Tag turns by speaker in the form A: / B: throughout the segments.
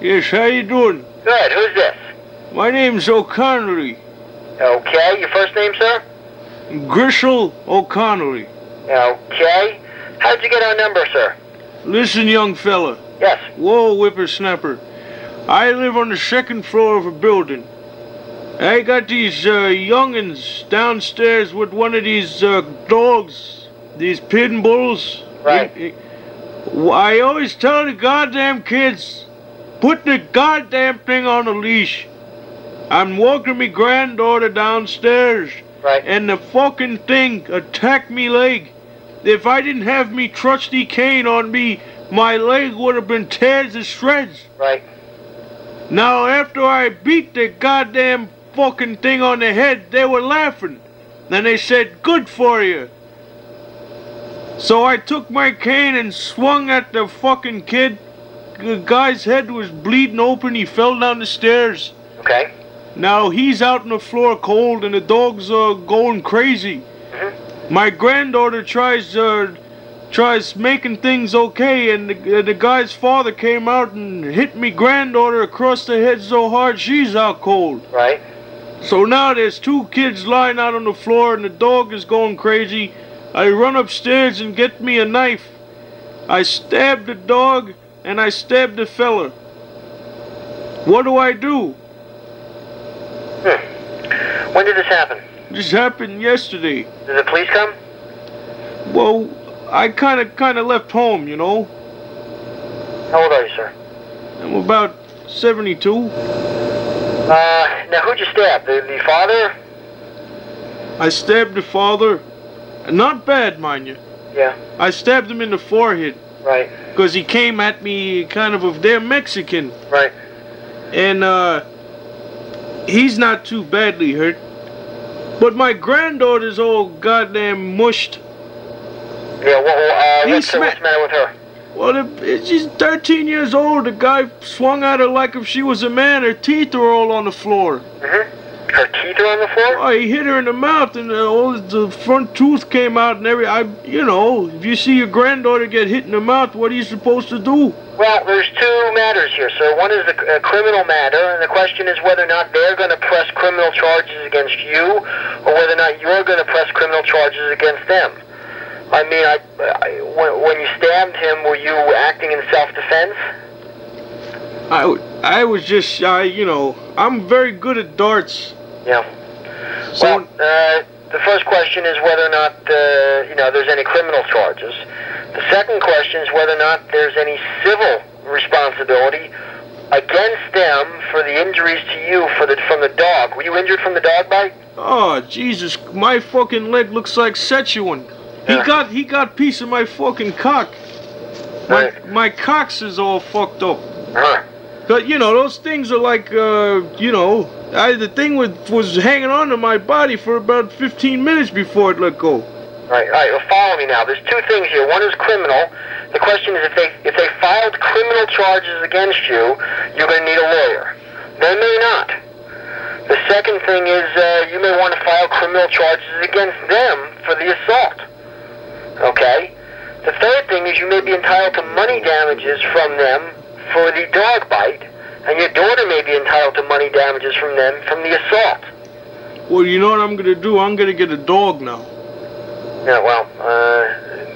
A: Yes, how you doing?
B: Hmm, Good. Who's this?
A: My name's O'Connery.
B: Okay. Your first name, sir?
A: Grishel O'Connery.
B: Okay. How'd you get our number, sir?
A: Listen, young fella.
B: Yes.
A: Whoa, whippersnapper. I live on the second floor of a building. I got these uh, youngins downstairs with one of these uh, dogs, these pin bulls.
B: Right.
A: I- I I always tell the goddamn kids, put the goddamn thing on a leash. I'm walking my granddaughter downstairs,
B: Right.
A: and the fucking thing attacked me leg. If I didn't have me trusty cane on me, my leg would have been teared to shreds.
B: Right.
A: Now, after I beat the goddamn fucking thing on the head, they were laughing. Then they said, Good for you. So I took my cane and swung at the fucking kid. The guy's head was bleeding open. He fell down the stairs.
B: Okay.
A: Now he's out on the floor cold and the dogs are going crazy.
B: Mhm.
A: My granddaughter tries uh, tries making things okay and the, uh, the guy's father came out and hit me granddaughter across the head so hard she's out cold.
B: Right.
A: So now there's two kids lying out on the floor and the dog is going crazy. I run upstairs and get me a knife. I stab the dog and I stab the fella. What do I do?
B: Hmm. When did this happen?
A: This happened yesterday.
B: Did the police come?
A: Well, I kind of kind of left home, you know.
B: How old are you, sir?
A: I'm about 72.
B: Uh, now who'd you stab? The, the father?
A: I stabbed the father. Not bad, mind you.
B: Yeah.
A: I stabbed him in the forehead
B: Right.
A: because he came at me kind of of they're Mexican
B: Right.
A: and uh he's not too badly hurt. But my granddaughter's all goddamn mushed.
B: Yeah. Well, uh,
A: He
B: what's, the- what's the matter with her?
A: Well, the- it, she's 13 years old. The guy swung at her like if she was a man. Her teeth are all on the floor.
B: Mm-hmm. Her teeth are on the floor.
A: I Oh, hit her in the mouth, and uh, all the front tooth came out, and every I, you know, if you see your granddaughter get hit in the mouth, what are you supposed to do?
B: Well, there's two matters here, sir. One is the uh, criminal matter, and the question is whether or not they're going to press criminal charges against you, or whether or not you're going to press criminal charges against them. I mean, I, I when, when you stabbed him, were you acting in self-defense?
A: I, w- I was just, I, you know, I'm very good at darts.
B: Yeah. Well,
A: So,
B: uh, the first question is whether or not uh, you know there's any criminal charges. The second question is whether or not there's any civil responsibility against them for the injuries to you for the from the dog. Were you injured from the dog bite?
A: oh Jesus, my fucking leg looks like Szechuan. He
B: Yeah.
A: got, he got piece of my fucking cock. My,
B: Right.
A: my cocks is all fucked up.
B: Huh.
A: But you know, those things are like, uh, you know, I, the thing with, was hanging on to my body for about 15 minutes before it let go.
B: Right, all right. Well, follow me now. There's two things here. One is criminal. The question is if they if they filed criminal charges against you, you're going to need a lawyer. They may not. The second thing is uh, you may want to file criminal charges against them for the assault. Okay. The third thing is you may be entitled to money damages from them for the dog bite, and your daughter may be entitled to money damages from them from the assault.
A: Well, you know what I'm gonna do? I'm gonna get a dog now.
B: Yeah, well, uh,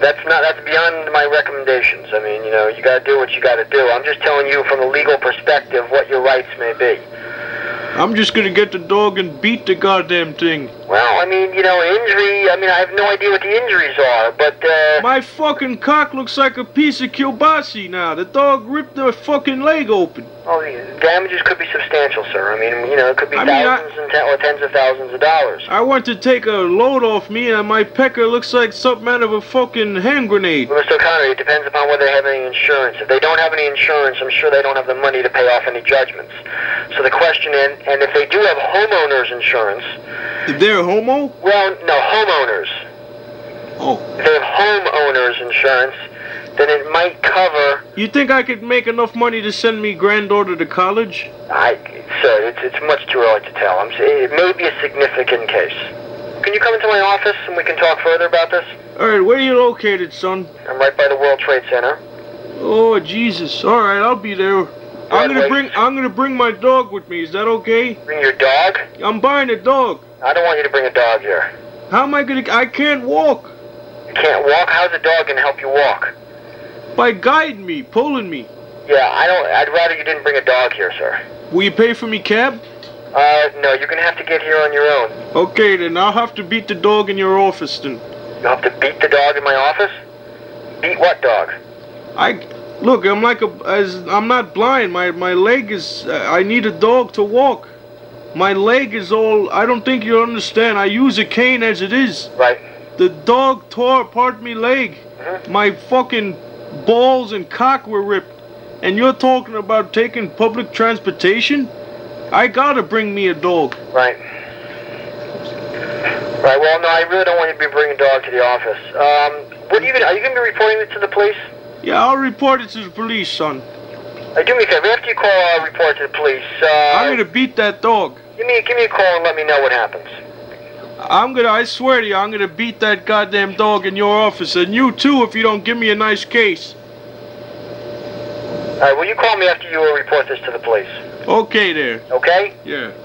B: that's not that's beyond my recommendations. I mean, you know, you got to do what you got to do. I'm just telling you from a legal perspective what your rights may be.
A: I'm just gonna get the dog and beat the goddamn thing.
B: Well, I mean, you know, injury. I mean, I have no idea what the injuries are, but uh,
A: My fucking cock looks like a piece of kielbasi now. The dog ripped the fucking leg open.
B: well, the oh, damages could be substantial, sir. I mean, you know, it could be
A: I mean, I-
B: thousands and ten, or tens of thousands of dollars.
A: I want to take a load off me, and my pecker looks like something out of a fucking hand grenade.
B: Well, Mr. O'Connor, it depends upon whether they have any insurance. If they don't have any insurance, I'm sure they don't have the money to pay off any judgments. So the question is, and if they do have homeowners insurance,
A: They're homo?
B: well, no, homeowners.
A: Oh.
B: If they have homeowners insurance, then it might cover.
A: You think I could make enough money to send me granddaughter to college?
B: I, sir, it's, it's much too early to tell. I'm, s- it may be a significant case. Can you come into my office and we can talk further about this?
A: Alright, where you located, son?
B: I'm right by the World Trade Center.
A: Oh, Jesus. Alright, I'll be there. I'm gonna
B: Right,
A: bring I'm gonna bring my dog with me. Is that okay?
B: Bring your dog?
A: I'm buying a dog.
B: I don't want you to bring a dog here.
A: How am I gonna? I can't walk.
B: You can't walk. How's a dog gonna help you walk?
A: By guiding me, pulling me.
B: Yeah, I don't. I'd rather you didn't bring a dog here, sir.
A: Will you pay for me cab?
B: Uh, no, you're gonna have to get here on your own.
A: Okay, then I'll have to beat the dog in your office then.
B: You have to beat the dog in my office. Beat what dog?
A: I look. I'm like a. As, I'm not blind. My my leg is. uh, I need a dog to walk. My leg is all. I don't think you understand. I use a cane as it is.
B: Right.
A: The dog tore apart me leg.
B: Mhm.
A: My fucking balls and cock were ripped. And you're talking about taking public transportation? I gotta bring me a dog.
B: Right. Right. Well, no, I really don't want you to be bringing a dog to the office. Um, what are you gonna? Are you gonna be reporting this to the police?
A: Yeah, I'll report it to the police, son.
B: Uh, do me a favor. After you call, I'll report to the police. Uh,
A: I'm gonna beat that dog.
B: give me give me a call and let me know what happens.
A: I'm gonna, I swear to you, I'm gonna beat that goddamn dog in your office. And you too, if you don't give me a nice case.
B: All right. Will you call me after you report this to the police?
A: Okay, there.
B: Okay.
A: Yeah.